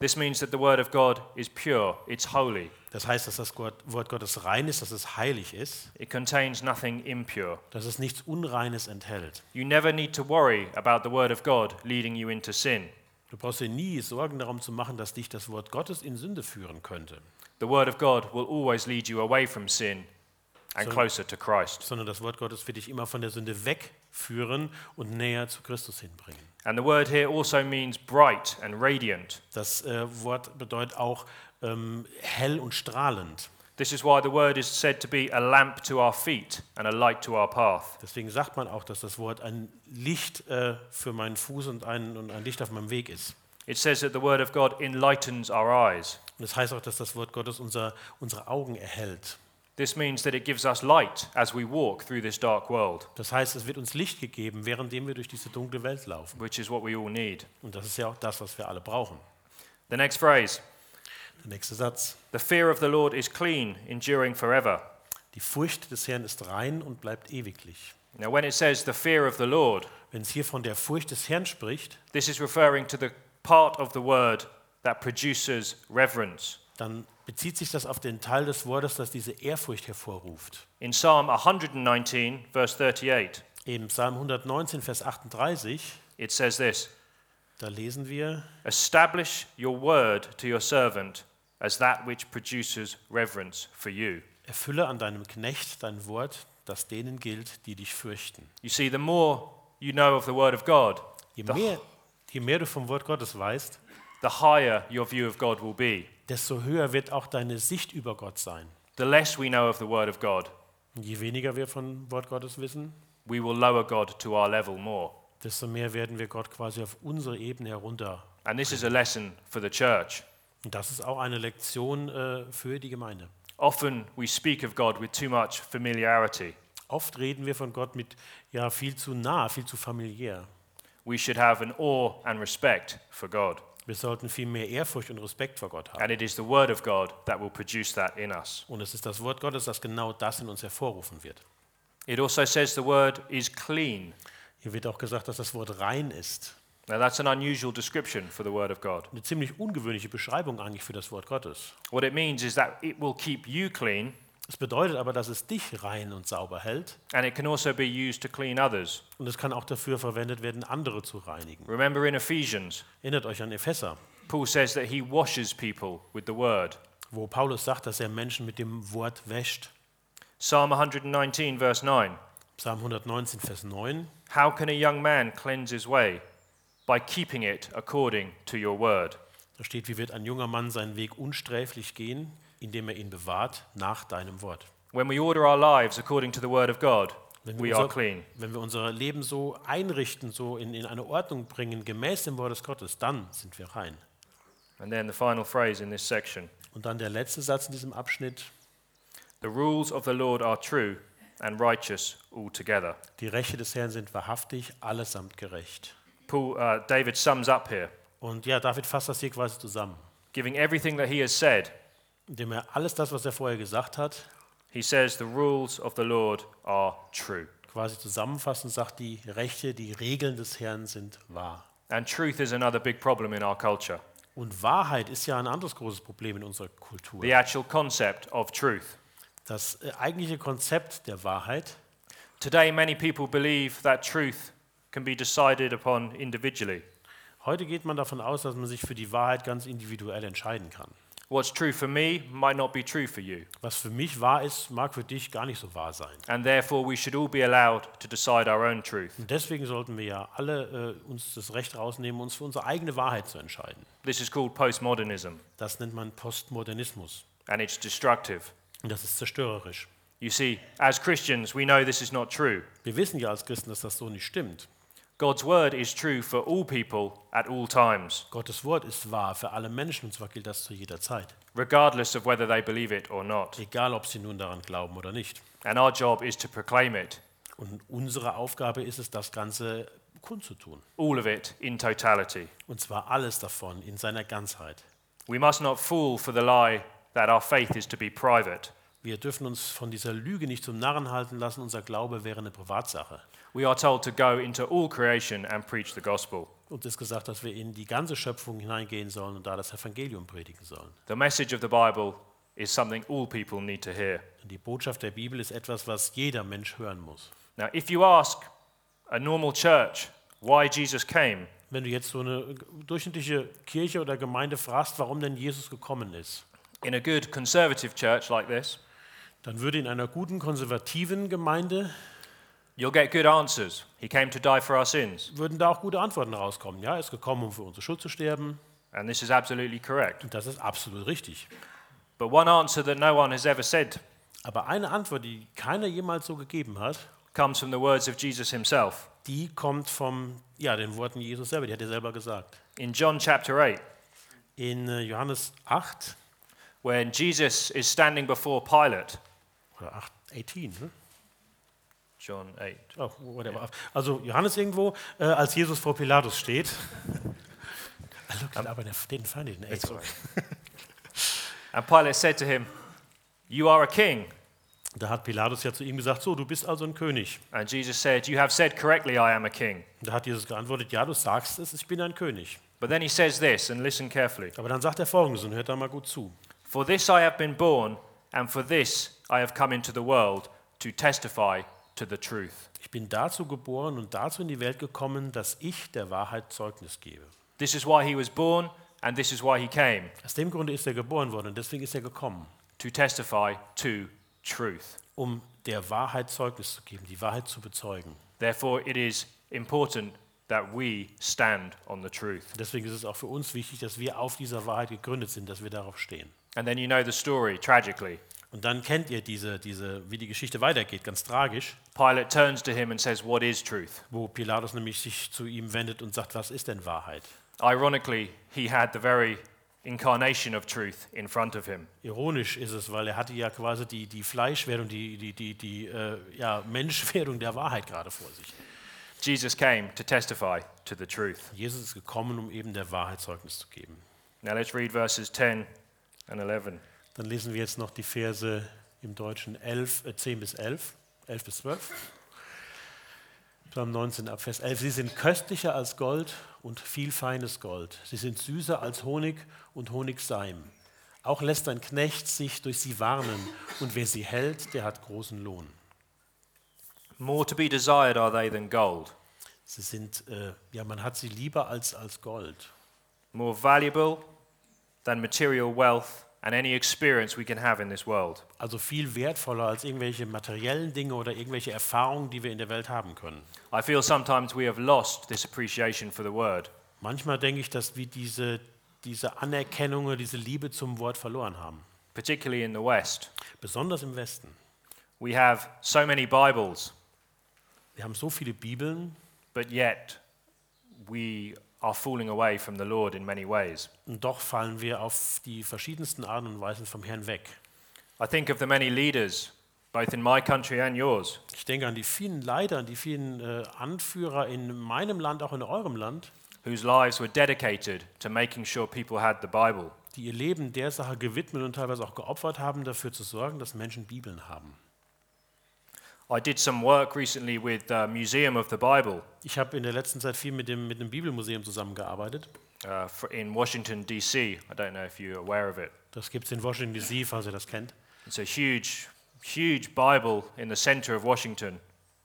A: This means that the word of God is pure, it's holy,
B: Das heißt, dass das Gott- Wort Gottes rein ist, dass es heilig ist,
A: it contains nothing impure.
B: dass es nichts Unreines enthält.
A: You never need to worry about the word of God leading you into sin.
B: Du brauchst dir nie Sorgen darum zu machen, dass dich das Wort Gottes in Sünde führen könnte,
A: The word of God will always lead you away from sin and closer to Christ.
B: sondern das Wort Gottes wird dich immer von der Sünde wegführen und näher zu Christus hinbringen.
A: And the word here also means bright and radiant.
B: Das äh, Wort bedeutet auch ähm, hell und strahlend.
A: This is why the word is said to be a lamp to our feet and a light to our path.
B: Deswegen sagt man auch, dass das Wort ein Licht äh, für meinen Fuß und ein, und ein Licht auf meinem Weg ist.
A: It says that the word of God enlightens our eyes.
B: Und das heißt auch, dass das Wort Gottes unser, unsere Augen erhält.
A: This means that it gives us light as we walk through this dark world,
B: Das heißt, es wird uns Licht gegeben, währenddem wir durch diese dunkle Welt laufen.
A: which is what we all need.
B: Und das ist ja auch das, was wir alle brauchen.
A: The next phrase
B: Der nächste Satz.
A: The fear of the Lord is clean, enduring forever.
B: Die Furcht des Herrn ist rein und bleibt ewiglich.
A: Now, when it says the fear of the Lord,
B: Wenn es hier von der Furcht des Herrn spricht,
A: This is referring to the part of the word that produces reverence.
B: dann bezieht sich das auf den Teil des Wortes, das diese Ehrfurcht hervorruft.
A: In Psalm 119, verse 38,
B: Im Psalm 119, Vers 38,
A: it says this
B: da lesen wir,
A: Establish your word to your servant as that which produces reverence for you.
B: Erfülle an deinem Knecht dein Wort, das denen gilt, die dich fürchten.
A: You see, the more you know of the word of God,
B: Je
A: the,
B: mehr, je mehr du vom Wort Gottes weißt,
A: the higher your view of God will be.
B: desto höher wird auch deine Sicht über Gott sein.
A: The less we know of the Word of God,
B: Und je weniger wir von Wort Gottes wissen,
A: we will lower God to our level more.
B: desto mehr werden wir Gott quasi auf unsere Ebene herunter.
A: And this is a lesson for the church.
B: Und das ist auch eine Lektion äh, für die Gemeinde.
A: Often we speak of God with too much familiarity.
B: Oft reden wir von Gott mit ja viel zu nah, viel zu familiär.
A: We should have an awe and respect for God.
B: Wir sollten viel mehr Ehrfurcht und Respekt vor Gott haben.
A: And it is the Word of God that will produce that in us.
B: Und es ist das Wort Gottes, das genau das in uns hervorrufen wird.
A: It also says the Word is clean.
B: Hier wird auch gesagt, dass das Wort rein ist.
A: Now, that's an unusual description for the Word of God.
B: Eine ziemlich ungewöhnliche Beschreibung eigentlich für das Wort Gottes.
A: What it means is that it will keep you clean,
B: Es bedeutet aber, dass es dich rein und sauber hält.
A: and it can also be used to clean others.
B: Und es kann auch dafür verwendet werden, andere zu reinigen.
A: Remember in Ephesians,
B: Erinnert euch an Epheser,
A: Paul says that he washes people with the Word.
B: wo Paulus sagt, dass er Menschen mit dem Wort wäscht.
A: Psalm 119, verse 9.
B: Psalm 119, Vers 9.
A: How can a young man cleanse his way? By keeping it according to your word.
B: Da steht, wie wird ein junger Mann seinen Weg unsträflich gehen, indem er ihn bewahrt nach deinem Wort.
A: When we order our lives according to the word of God, we are
B: unser,
A: clean.
B: wenn wir unser Leben so einrichten, so in, in eine Ordnung bringen, gemäß dem Wort des Gottes, dann sind wir rein.
A: And then the final phrase in this section
B: Und dann der letzte Satz in diesem Abschnitt.
A: The rules of the Lord are true and righteous altogether.
B: Die Rechte des Herrn sind wahrhaftig, allesamt gerecht.
A: Paul, uh, David sums up here,
B: Und ja, David fasst das hier quasi zusammen.
A: giving everything that he has said.
B: Indem er alles das, was er vorher gesagt hat,
A: He says, The rules of the Lord are true.
B: quasi zusammenfassend sagt, die Rechte, die Regeln des Herrn sind wahr.
A: And truth is another big problem in our culture
B: Und Wahrheit ist ja ein anderes großes Problem in unserer Kultur.
A: the actual concept of truth.
B: Das äh, eigentliche Konzept der Wahrheit,
A: Today, many people believe that truth can be decided upon individually.
B: heute geht man davon aus, dass man sich für die Wahrheit ganz individuell entscheiden kann.
A: What's true for me might not be true for you,
B: Was für mich wahr ist, mag für dich gar nicht so wahr sein.
A: and therefore we should all be allowed to decide our own truth.
B: Und deswegen sollten wir ja alle äh, uns das Recht rausnehmen, uns für unsere eigene Wahrheit zu entscheiden.
A: This is called postmodernism,
B: Das nennt man Postmodernismus.
A: and it's destructive.
B: Und das ist zerstörerisch.
A: You see, as Christians, we know this is not true.
B: Wir wissen ja als Christen, dass das so nicht stimmt.
A: God's word is true for all people at all times,
B: Gottes Wort ist wahr für alle Menschen und zwar gilt das zu jeder Zeit.
A: regardless of whether they believe it or not.
B: Egal, ob sie nun daran glauben oder nicht.
A: And our job is to proclaim it,
B: Und unsere Aufgabe ist es, das Ganze kundzutun.
A: all of it in totality.
B: Und zwar alles davon in seiner Ganzheit.
A: We must not fall for the lie that our faith is to be private.
B: Wir dürfen uns von dieser Lüge nicht zum Narren halten lassen, unser Glaube wäre eine Privatsache.
A: We are told to go into all creation and preach the gospel.
B: Uns ist gesagt, dass wir in die ganze Schöpfung hineingehen sollen und da das Evangelium predigen sollen.
A: The message of the Bible is something all people need to hear.
B: Und die Botschaft der Bibel ist etwas, was jeder Mensch hören muss.
A: Now, if you ask a normal church why Jesus came,
B: Wenn du jetzt so eine durchschnittliche Kirche oder Gemeinde fragst, warum denn Jesus gekommen ist,
A: in a good conservative church like this,
B: dann würde in einer guten konservativen Gemeinde
A: you'll get good answers. He came to die for our sins.
B: würden da auch gute Antworten rauskommen. Ja, er ist gekommen, um für unsere Schuld zu sterben.
A: And this is absolutely correct.
B: Und das ist absolut richtig.
A: But one answer that no one has ever said
B: Aber eine Antwort, die keiner jemals so gegeben hat,
A: comes from the words of Jesus himself.
B: die kommt vom, ja, den Worten Jesus selber, die hat er selber gesagt.
A: In John chapter 8,
B: In äh, Johannes 8
A: when Jesus is standing before Pilate,
B: oder 8, 18, ne?
A: John 8,
B: oh, whatever. Also Johannes irgendwo, äh, als Jesus vor Pilatus steht. [laughs] Ah, look, aber den den fand ich, den echt.
A: and Pilate said to him, You are a king.
B: Da hat Pilatus ja zu ihm gesagt, so, du bist also ein König.
A: And Jesus said, You have said correctly, I am a king.
B: Und Da hat Jesus geantwortet, ja, du sagst es, ich bin ein König.
A: But then he says this, and listen carefully
B: Aber dann sagt er folgendes und hört da mal gut zu.
A: For this I have been born, and for this I have come into the world to testify to the truth.
B: Ich bin dazu geboren und dazu in die Welt gekommen, dass ich der Wahrheit Zeugnis gebe.
A: This is why he was born, and this is why he came
B: Aus dem Grunde ist er geboren worden und deswegen ist er gekommen,
A: to testify to truth.
B: um der Wahrheit Zeugnis zu geben, die Wahrheit zu bezeugen.
A: Therefore, it is important that we stand on the truth.
B: Deswegen ist es auch für uns wichtig, dass wir auf dieser Wahrheit gegründet sind, dass wir darauf stehen.
A: And then you know the story, tragically.
B: Und dann kennt ihr diese, diese, wie die Geschichte weitergeht, ganz tragisch,
A: Pilate turns to him and says, What is truth?
B: wo Pilatus nämlich sich zu ihm wendet und sagt, was ist denn Wahrheit?
A: Ironically, he had the very incarnation of truth in front of him.
B: Ironisch ist es, weil er hatte ja quasi die, die Fleischwerdung, die, die, die, die äh, ja, Menschwerdung der Wahrheit gerade vor sich.
A: Jesus came to testify to the truth.
B: Jesus ist gekommen, um eben der Wahrheit Zeugnis zu geben.
A: Now let's read verses 10 and 11.
B: Dann lesen wir jetzt noch die Verse im Deutschen 11, äh, 10 bis 11, 11 bis 12. Psalm 19 ab Vers 11. Sie sind köstlicher als Gold und viel feines Gold. Sie sind süßer als Honig und Honigseim. Auch lässt ein Knecht sich durch sie warnen. Und wer sie hält, der hat großen Lohn.
A: More to be desired are they than gold,
B: Sie sind, äh, ja, man hat sie lieber als, als Gold.
A: more valuable than material wealth and any experience we can have in this world.
B: Also viel wertvoller als irgendwelche materiellen Dinge oder irgendwelche Erfahrungen, die wir in der Welt haben können.
A: I feel sometimes we have lost this appreciation for the word.
B: Manchmal denke ich, dass wir diese, diese Anerkennung oder diese Liebe zum Wort verloren haben.
A: particularly in the West.
B: Besonders im Westen.
A: We have so many Bibles,
B: Wir haben so viele Bibeln
A: but yet we are falling away from the Lord in many ways.
B: und doch fallen wir auf die verschiedensten Arten und Weisen vom Herrn weg.
A: I think of the many leaders, both in my country and yours,
B: Ich denke an die vielen Leiter, an die vielen äh, Anführer in meinem Land, auch in eurem Land,
A: whose lives were dedicated to making sure people had the Bible.
B: die ihr Leben der Sache gewidmet und teilweise auch geopfert haben, dafür zu sorgen, dass Menschen Bibeln haben.
A: I did some work recently with the Museum of the Bible
B: Ich habe in der letzten Zeit viel mit dem, mit dem Bibelmuseum zusammengearbeitet.
A: uh, for, in Washington, D.C. I don't know if you're aware of it.
B: Das gibt es in Washington DC, falls ihr das kennt.
A: It's a huge, huge Bible in the center of Washington,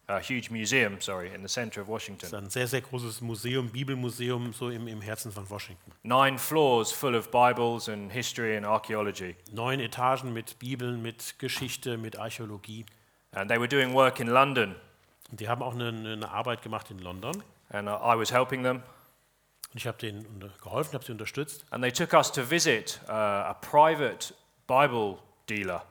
A: a huge museum, sorry, in the center of Washington.
B: Das ist ein sehr, sehr großes Museum, Bibelmuseum, so im, im Herzen von Washington.
A: Nine floors full of Bibles and history and archaeology.
B: Neun Etagen mit Bibeln, mit Geschichte, mit Archäologie.
A: And they were doing work in London,
B: Und die haben auch eine, eine Arbeit gemacht in London. Und
A: and uh, I- I was helping them.
B: ich habe denen unter- geholfen, habe sie unterstützt.
A: And they took us to visit uh, a private Bible dealer.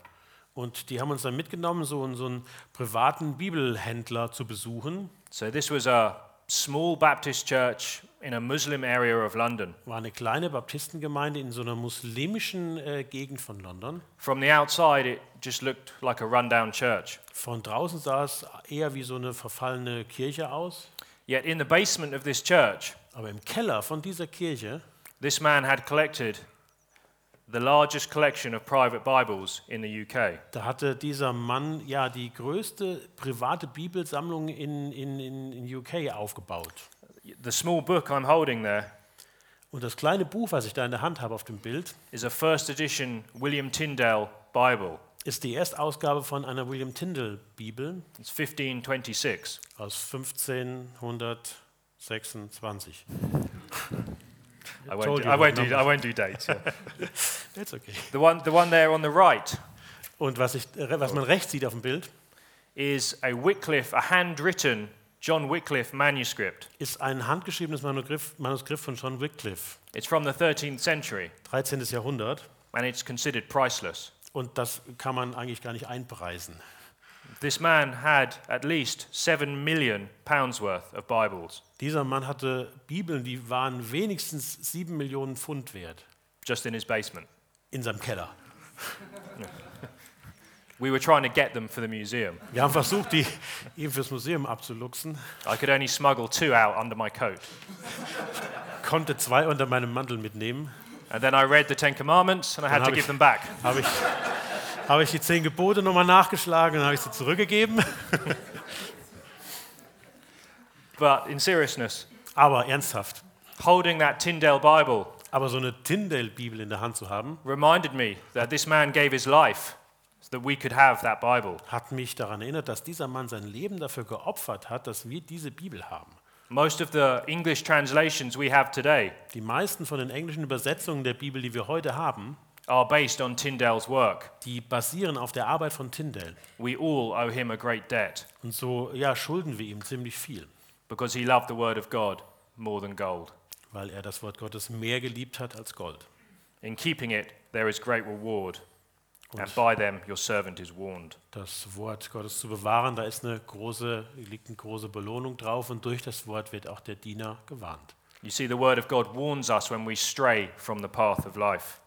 B: Und die haben uns dann mitgenommen, so, einen- so einen privaten Bibelhändler zu besuchen.
A: So, this was a small Baptist church in a Muslim area of London.
B: War eine kleine Baptistengemeinde in so einer muslimischen äh, Gegend von London.
A: From the outside, it just looked like a rundown church.
B: Von draußen sah es eher wie so eine verfallene Kirche aus.
A: Yet, in the basement of this church,
B: Aber im Keller von dieser Kirche
A: this man had collected the largest collection of private Bibles in the UK.
B: Da hatte dieser Mann ja die größte private Bibelsammlung in, in, in, in UK aufgebaut.
A: The small book I'm holding there
B: Und das kleine Buch, was ich da in der Hand habe auf dem Bild,
A: is a first edition William Tyndale Bible.
B: ist die Erstausgabe von einer William Tyndale Bibel
A: It's 1526.
B: aus 1526.
A: I
B: told
A: won't, do, I won't,
B: you the
A: do, I won't do dates. yeah.
B: That's okay.
A: the, one, the one there on the right
B: Und was, ich, äh, was man rechts sieht auf dem Bild,
A: is a Wycliffe, a handwritten John Wycliffe manuscript.
B: ist ein handgeschriebenes Manugrif- Manuskript von John Wycliffe,
A: It's from the 13th century
B: 13. Jahrhundert.
A: and it's considered priceless.
B: Und das kann man eigentlich gar nicht einpreisen.
A: This man had at least seven million pounds worth of Bibles
B: Dieser Mann hatte Bibeln, die waren wenigstens sieben Millionen Pfund wert
A: just in his basement.
B: in seinem Keller.
A: We were trying to get them for the museum.
B: Wir haben versucht, die [laughs] ihm fürs Museum abzuluxen,
A: I could only smuggle two out under my coat.
B: konnte zwei unter meinem Mantel mitnehmen.
A: And then I read the Ten Commandments and I had
B: Dann
A: to
B: hab
A: give
B: ich-
A: them back.
B: Habe ich, [laughs] habe ich die zehn Gebote nochmal nachgeschlagen und habe ich sie zurückgegeben.
A: But in seriousness,
B: Aber ernsthaft,
A: holding that Tyndale Bible
B: aber so eine Tyndale-Bibel in der Hand zu haben,
A: reminded me that this man gave his life so that we could have that Bible.
B: hat mich daran erinnert, dass dieser Mann sein Leben dafür geopfert hat, dass wir diese Bibel haben.
A: Most of the English translations we have today
B: Die meisten von den englischen Übersetzungen der Bibel, die wir heute haben,
A: are based on Tyndale's work.
B: die basieren auf der Arbeit von Tyndale.
A: We all owe him a great debt
B: Und so ja, schulden wir ihm ziemlich viel.
A: because he loved the word of God more than gold.
B: weil er das Wort Gottes mehr geliebt hat als Gold.
A: In keeping it, there is great reward, and by them your servant is warned.
B: Das Wort Gottes zu bewahren, da ist eine große, liegt eine große Belohnung drauf und durch das Wort wird auch der Diener gewarnt.
A: You see, the word of God warns us when we stray from the path of life.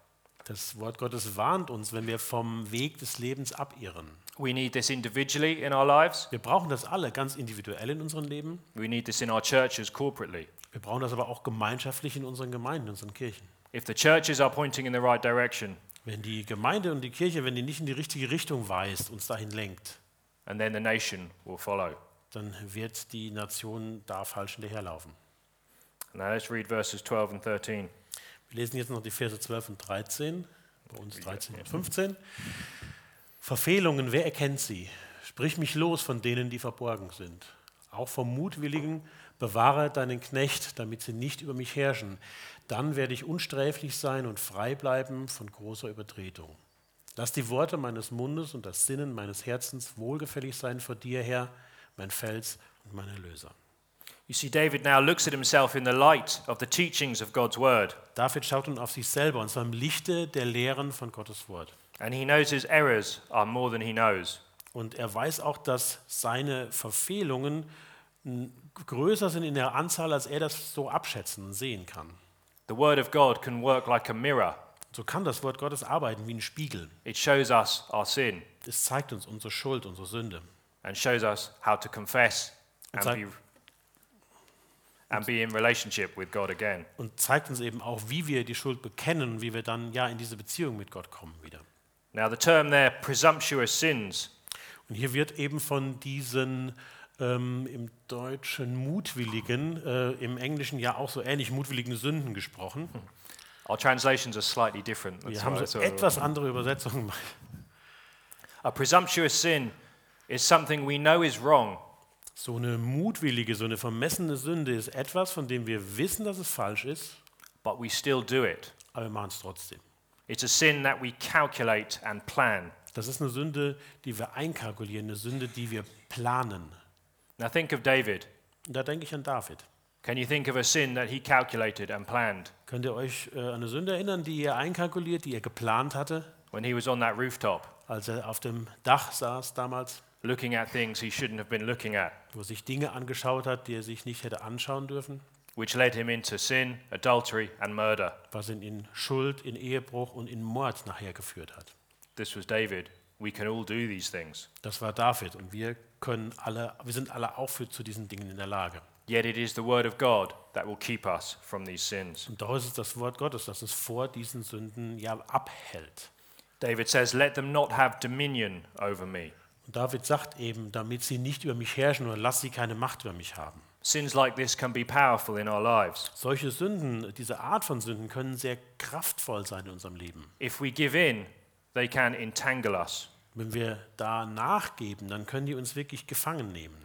B: Das Wort Gottes warnt uns, wenn wir vom Weg des Lebens abirren.
A: We need this individually in our lives,
B: Wir brauchen das alle ganz individuell in unserem Leben.
A: we need this in our churches corporately.
B: Wir brauchen das aber auch gemeinschaftlich in unseren Gemeinden, in unseren Kirchen.
A: If the churches are pointing in the right direction,
B: Wenn die Gemeinde und die Kirche, wenn die nicht in die richtige Richtung weist, uns dahin lenkt,
A: and then the nation will follow.
B: dann wird die Nation da falsch hinterherlaufen.
A: Now let's read verses 12 and 13.
B: Wir lesen jetzt noch die Verse 12 und 13, bei uns 13 und 15. Verfehlungen, wer erkennt sie? Sprich mich los von denen, die verborgen sind. Auch vom Mutwilligen bewahre deinen Knecht, damit sie nicht über mich herrschen. Dann werde ich unsträflich sein und frei bleiben von großer Übertretung. Lass die Worte meines Mundes und das Sinnen meines Herzens wohlgefällig sein vor dir, Herr, mein Fels und mein Erlöser.
A: You see, David now looks at himself in the light of the teachings of God's word,
B: David schaut nun auf sich selber, und zwar im Lichte der Lehren von Gottes Wort.
A: and he knows his errors are more than he knows.
B: Und er weiß auch, dass seine Verfehlungen m, größer sind in der Anzahl, als er das so abschätzen und sehen kann.
A: The word of God can work like a mirror,
B: So kann das Wort Gottes arbeiten wie ein Spiegel.
A: it shows us our sin
B: Es zeigt uns unsere Schuld, unsere Sünde.
A: and shows us how to confess and,
B: It's like-
A: be, and be in relationship with God again.
B: Und zeigt uns eben auch, wie wir die Schuld bekennen und wie wir dann ja in diese Beziehung mit Gott kommen wieder.
A: Now, the term there, presumptuous sins,
B: Und hier wird eben von diesen ähm, im Deutschen mutwilligen, äh, im Englischen ja auch so ähnlich mutwilligen Sünden gesprochen.
A: our translations are slightly different.
B: Wir
A: that's why
B: haben
A: it's
B: so
A: all-
B: etwas andere Übersetzungen gemacht.
A: A presumptuous sin is something we know is wrong,
B: So eine mutwillige, so eine vermessene Sünde ist etwas, von dem wir wissen, dass es falsch ist,
A: but we still do it.
B: aber wir machen es trotzdem.
A: It's a sin that we calculate and plan.
B: Das ist eine Sünde, die wir einkalkulieren, eine Sünde, die wir planen.
A: Now, think of David.
B: Und da denke ich an David.
A: Can you think of a sin that he calculated and planned
B: Könnt ihr euch äh, an eine Sünde erinnern, die ihr einkalkuliert, die ihr geplant hatte,
A: when he was on that rooftop,
B: als er auf dem Dach saß damals,
A: looking at things he shouldn't have been looking at,
B: wo er sich Dinge angeschaut hat, die er sich nicht hätte anschauen dürfen,
A: which led him into sin, adultery, and murder?
B: was ihn in Schuld, in Ehebruch und in Mord nachher geführt hat?
A: This was David. We can all do these things.
B: Das war David und wir können alle, wir sind alle auch für, zu diesen Dingen in der Lage.
A: Yet it is the word of God that will keep us from these sins.
B: Und doch ist es das Wort Gottes, das uns vor diesen Sünden ja abhält.
A: David says, Let them not have dominion over me.
B: Und David sagt eben, damit sie nicht über mich herrschen oder lass sie keine Macht über mich haben.
A: Sins like this can be powerful in our lives.
B: Solche Sünden, diese Art von Sünden können sehr kraftvoll sein in unserem Leben.
A: If we give in, they can entangle us.
B: Wenn wir da nachgeben, dann können die uns wirklich gefangen nehmen.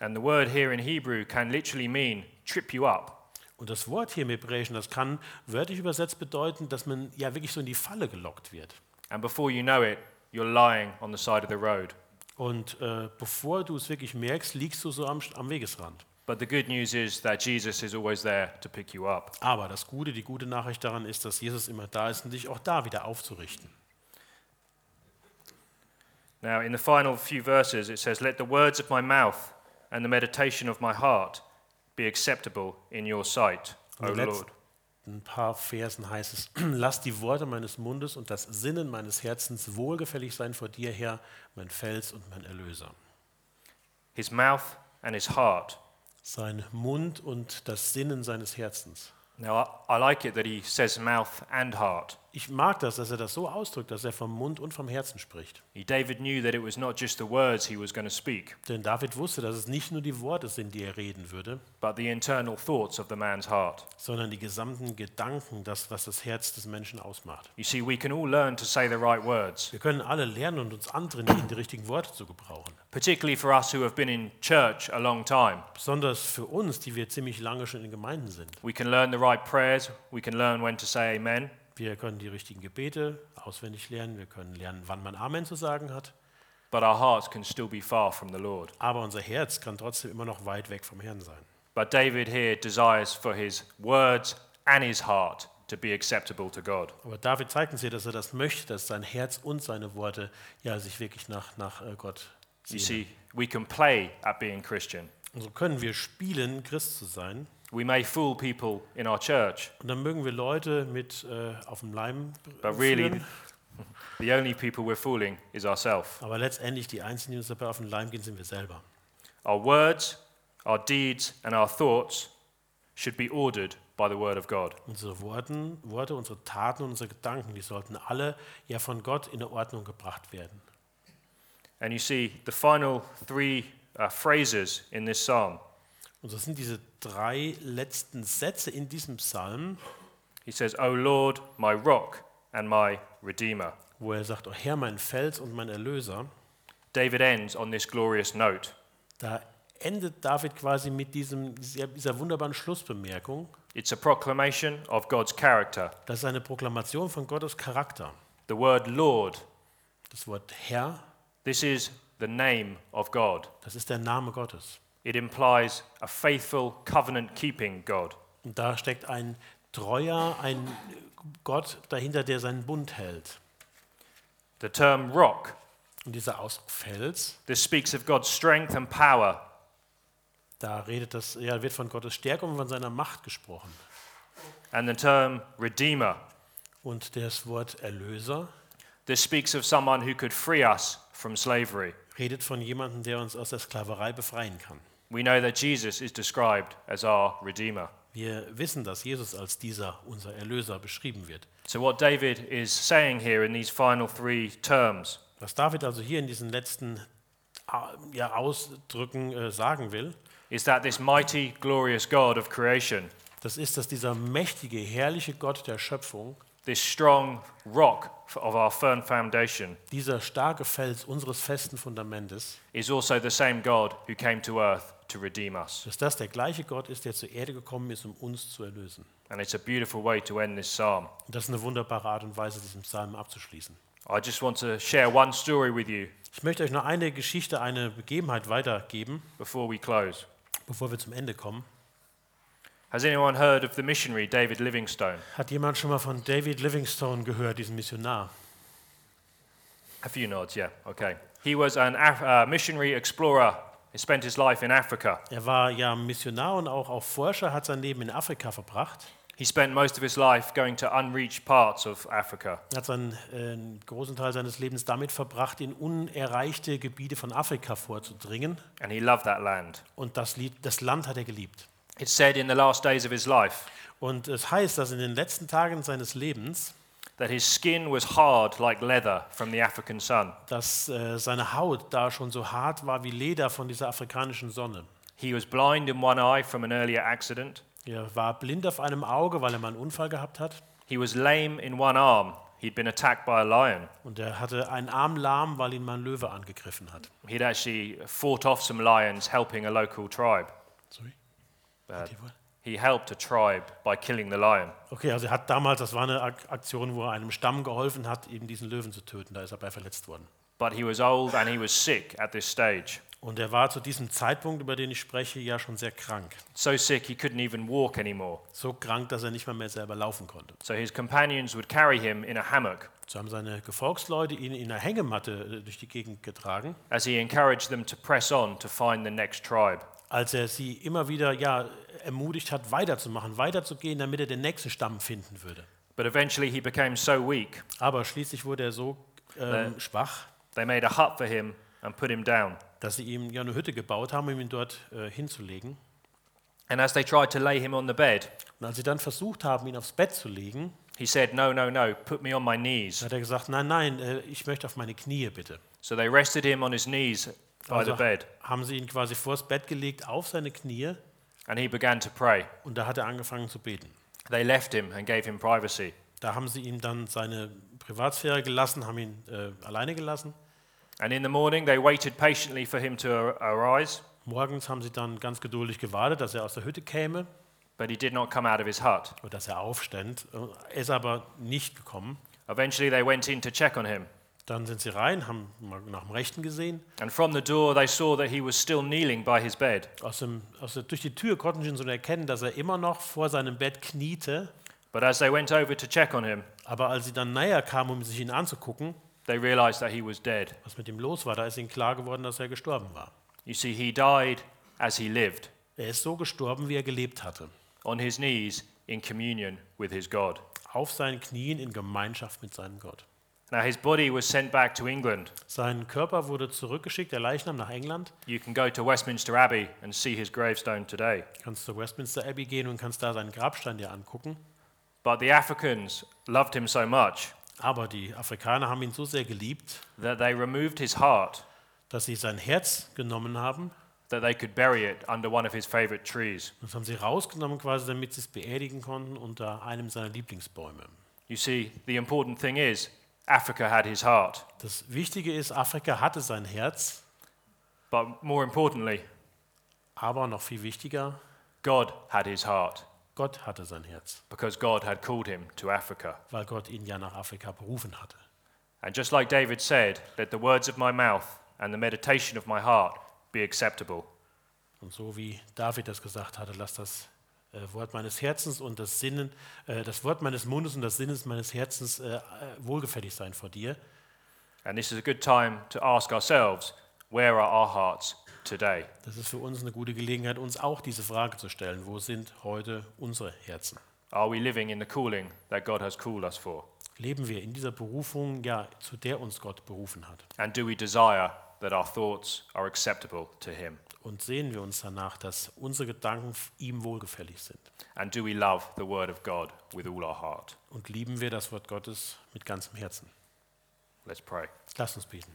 A: And the word here in Hebrew can literally mean trip you up.
B: Und das Wort hier im Hebräischen, das kann wörtlich übersetzt bedeuten, dass man ja wirklich so in die Falle gelockt wird.
A: And before you know it, you're lying on the side of the road.
B: Und äh, bevor du es wirklich merkst, liegst du so am, am Wegesrand.
A: But the good news is that Jesus is always there to pick you up.
B: Aber das Gute, die gute Nachricht daran ist, dass Jesus immer da ist, um dich auch da wieder aufzurichten.
A: Now, in the final few verses, it says, Let the words of my mouth and the meditation of my heart be acceptable in your sight, O
B: Let's-
A: Lord.
B: Ein paar Versen heißt es, [clears throat] lass die Worte meines Mundes und das Sinnen meines Herzens wohlgefällig sein vor dir, Herr, mein Fels und mein Erlöser.
A: His mouth and his heart.
B: Sein Mund und das Sinnen seines Herzens.
A: Now, I, I like it that he says mouth and heart.
B: Ich mag das, dass er das so ausdrückt, dass er vom Mund und vom Herzen spricht.
A: He- David knew that it was not just the words he was going to speak,
B: Denn David wusste, dass es nicht nur die Worte sind, die er reden würde,
A: but the internal thoughts of the man's heart.
B: sondern die gesamten Gedanken, das, was das Herz des Menschen ausmacht.
A: You see, we can all learn to say the right words,
B: Wir können alle lernen und uns antrainieren, die richtigen Worte zu gebrauchen.
A: particularly for us who have been in church a long time.
B: Besonders für uns, die wir ziemlich lange schon in Gemeinden sind.
A: We can learn the right prayers, we can learn when to say amen,
B: Wir können die richtigen Gebete auswendig lernen, wir können lernen, wann man Amen zu sagen hat,
A: but our hearts can still be far from the Lord.
B: aber unser Herz kann trotzdem immer noch weit weg vom Herrn sein.
A: But David here desires for his words and his heart to be acceptable to God.
B: Aber David zeigt uns hier, dass er das möchte, dass sein Herz und seine Worte ja sich wirklich nach, nach äh, Gott
A: You see,
B: ziehen.
A: we can play at being Christian.
B: Und so können wir spielen, Christ zu sein.
A: We may fool people in our church,
B: Und dann mögen wir Leute mit äh, auf dem Leim
A: but really,
B: führen.
A: the only people we're fooling is ourselves.
B: Aber letztendlich die Einzigen, die uns dabei auf den Leim gehen, sind wir selber.
A: Our words, our deeds, and our thoughts should be ordered by the Word of God.
B: Unsere Worten, Worte, unsere Taten und unsere Gedanken, die sollten alle ja von Gott in eine Ordnung gebracht werden.
A: And you see, the final three uh, phrases in this psalm,
B: Und so sind diese drei letzten Sätze in diesem Psalm,
A: he says, O Lord, my rock and my redeemer.
B: wo er sagt, O Herr, mein Fels und mein Erlöser,
A: David ends on this glorious note.
B: da endet David quasi mit diesem, dieser dieser wunderbaren Schlussbemerkung.
A: It's a proclamation of God's character.
B: Das ist eine Proklamation von Gottes Charakter.
A: The word Lord,
B: Das Wort Herr,
A: this is the name of God.
B: das ist der Name Gottes.
A: It implies a faithful, covenant keeping God.
B: Und da steckt ein treuer, ein Gott dahinter, der seinen Bund hält.
A: The term rock,
B: Und dieser Ausdruck Fels,
A: this speaks of God's strength and power
B: da redet das, ja, wird von Gottes Stärke und von seiner Macht gesprochen.
A: and the term redeemer.
B: Und das Wort Erlöser
A: This speaks of someone who could free us from slavery.
B: redet von jemandem, der uns aus der Sklaverei befreien kann.
A: We know that Jesus is described as our redeemer.
B: Wir wissen, dass Jesus als dieser, unser Erlöser, beschrieben wird.
A: So, what David is saying here in these final three terms
B: Was David also hier in diesen letzten ah, ja, Ausdrücken äh, sagen will,
A: is that this mighty, glorious God of creation,
B: das ist, dass dieser mächtige, herrliche Gott der Schöpfung,
A: this strong rock of our firm foundation,
B: dieser starke Fels unseres festen Fundamentes,
A: is also the same God who came to earth to redeem us.
B: dass das der gleiche Gott ist, der zur Erde gekommen ist, um uns zu erlösen.
A: And it's a beautiful way to end this psalm.
B: Und das ist eine wunderbare Art und Weise, diesen Psalm abzuschließen.
A: I just want to share one story with you
B: Ich möchte euch noch eine Geschichte, eine Begebenheit weitergeben,
A: before we close.
B: bevor wir zum Ende kommen.
A: Has anyone heard of the missionary David Livingstone?
B: Hat jemand schon mal von David Livingstone gehört, diesem Missionar?
A: A few nods, yeah, okay. He was an Af- uh, missionary explorer. He spent his life in Africa.
B: Er war ja Missionar und auch, auch Forscher, hat sein Leben in Afrika verbracht,
A: He spent most of his life going to unreached parts of Africa.
B: hat seinen äh, einen großen Teil seines Lebens damit verbracht, in unerreichte Gebiete von Afrika vorzudringen.
A: And he loved that land.
B: Und das, Lied, das Land hat er geliebt.
A: It's said in the last days of his life
B: Und es heißt, dass in den letzten Tagen seines Lebens,
A: that his skin was hard like leather from the African sun.
B: dass äh, seine Haut da schon so hart war wie Leder von dieser afrikanischen Sonne.
A: He was blind in one eye from an earlier accident.
B: Er war blind auf einem Auge, weil er mal einen Unfall gehabt hat.
A: He was lame in one arm. He'd been attacked by a lion.
B: Und er hatte einen Arm lahm, weil ihn mal ein Löwe angegriffen hat.
A: He'd actually fought off some lions helping a local tribe.
B: Sorry.
A: He helped a tribe by killing the lion.
B: Okay, also er hat damals, das war eine Ak- Aktion, wo er einem Stamm geholfen hat, eben diesen Löwen zu töten. Da ist er bei verletzt worden.
A: But he was old and he was sick at this stage.
B: Und er war zu diesem Zeitpunkt, über den ich spreche, ja schon sehr krank.
A: So sick he couldn't even walk anymore.
B: So krank, dass er nicht mal mehr selber laufen konnte.
A: So his companions would carry him in a hammock
B: So haben seine Gefolgsleute ihn in einer Hängematte äh, durch die Gegend getragen,
A: as he encouraged them to press on to find the next tribe.
B: als er sie immer wieder ja, ermutigt hat, weiterzumachen, weiterzugehen, damit er den nächsten Stamm finden würde.
A: But eventually he became so weak,
B: Aber schließlich wurde er so ähm, schwach,
A: they made a hut for him and put him down.
B: dass sie ihm ja eine Hütte gebaut haben, um ihn dort äh, hinzulegen.
A: And as they tried to lay him on the bed,
B: Und als sie dann versucht haben, ihn aufs Bett zu legen,
A: he said, No, no, no, put me on my knees.
B: Da hat er gesagt, nein, nein, äh, ich möchte auf meine Knie bitte.
A: So they rested him on his knees by the
B: Also
A: bed,
B: haben sie ihn quasi vors Bett gelegt, auf seine Knie,
A: and he began to pray.
B: und da hat er angefangen zu beten.
A: They left him and gave him privacy.
B: Da haben sie ihm dann seine Privatsphäre gelassen, haben ihn äh, alleine gelassen.
A: And in the morning, they waited patiently for him to ar- arise,
B: Morgens haben sie dann ganz geduldig gewartet, dass er aus der Hütte käme
A: but he did not come out of his hut.
B: oder dass er aufstand. Äh, Er ist aber nicht gekommen.
A: Eventually, they went in to check on him,
B: Dann sind sie rein, haben mal nach dem Rechten gesehen.
A: And from the door, they saw that he was still kneeling by his bed.
B: Aus dem, aus der, durch die Tür konnten sie ihn so erkennen, dass er immer noch vor seinem Bett kniete.
A: But as they went over to check on him,
B: Aber als sie dann näher kamen, um sich ihn anzugucken,
A: they realized that he was dead.
B: was mit ihm los war, da ist ihnen klar geworden, dass er gestorben war.
A: You see, he died as he lived,
B: Er ist so gestorben, wie er gelebt hatte.
A: on his knees in communion with his God.
B: Auf seinen Knien in Gemeinschaft mit seinem Gott.
A: Now, his body was sent back to England.
B: Sein Körper wurde zurückgeschickt, der Leichnam nach England.
A: You can go to Westminster Abbey and see his gravestone today.
B: Kannst zur Westminster Abbey gehen und kannst da seinen Grabstein dir angucken.
A: But the Africans loved him so much
B: Aber die Afrikaner haben ihn so sehr geliebt,
A: that they removed his heart
B: dass sie sein Herz genommen haben.
A: that they could bury it under one of his favorite trees.
B: Das haben sie rausgenommen quasi, damit sie es beerdigen konnten unter einem seiner Lieblingsbäume.
A: You see, the important thing is Africa had his heart,
B: Das Wichtige ist, Afrika hatte sein Herz,
A: but more importantly,
B: aber noch viel wichtiger,
A: God had his heart
B: Gott hatte sein Herz,
A: because God had called him to Africa.
B: weil Gott ihn ja nach Afrika berufen hatte.
A: And just like David said, let the words of my mouth and the meditation of my heart be acceptable.
B: Und so wie David das gesagt hatte, lass das äh, Wort meines Herzens und das Sinnen, äh, das Wort meines Mundes und das Sinnes meines Herzens äh, äh, wohlgefällig sein vor dir.
A: And this is a good time to ask ourselves, where are our hearts today?
B: Das ist für uns eine gute Gelegenheit, uns auch diese Frage zu stellen. Wo sind heute unsere Herzen?
A: Are we living in the calling that God has called us for?
B: Leben wir in dieser Berufung, ja, zu der uns Gott berufen hat?
A: And do we desire that our thoughts are acceptable to Him?
B: Und sehen wir uns danach, dass unsere Gedanken ihm wohlgefällig sind?
A: And do we love the Word of God with all our heart?
B: Und lieben wir das Wort Gottes mit ganzem Herzen?
A: Let's pray.
B: Lass uns beten.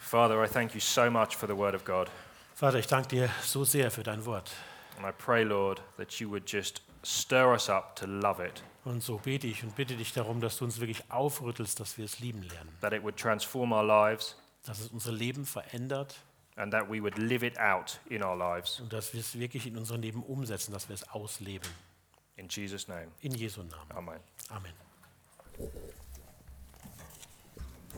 A: Father, I thank you so much for the Word of God.
B: Vater, ich danke dir so sehr für dein Wort.
A: And I pray, Lord, that you would just stir us up to love it,
B: Und so bete ich und bitte dich darum, dass du uns wirklich aufrüttelst, dass wir es lieben lernen,
A: that it would transform our lives,
B: dass es unser Leben verändert
A: and that we would live it out in our lives.
B: und dass wir es wirklich in unserem Leben umsetzen, dass wir es ausleben.
A: In Jesus' name,
B: In Jesu Namen.
A: Amen.
B: Amen.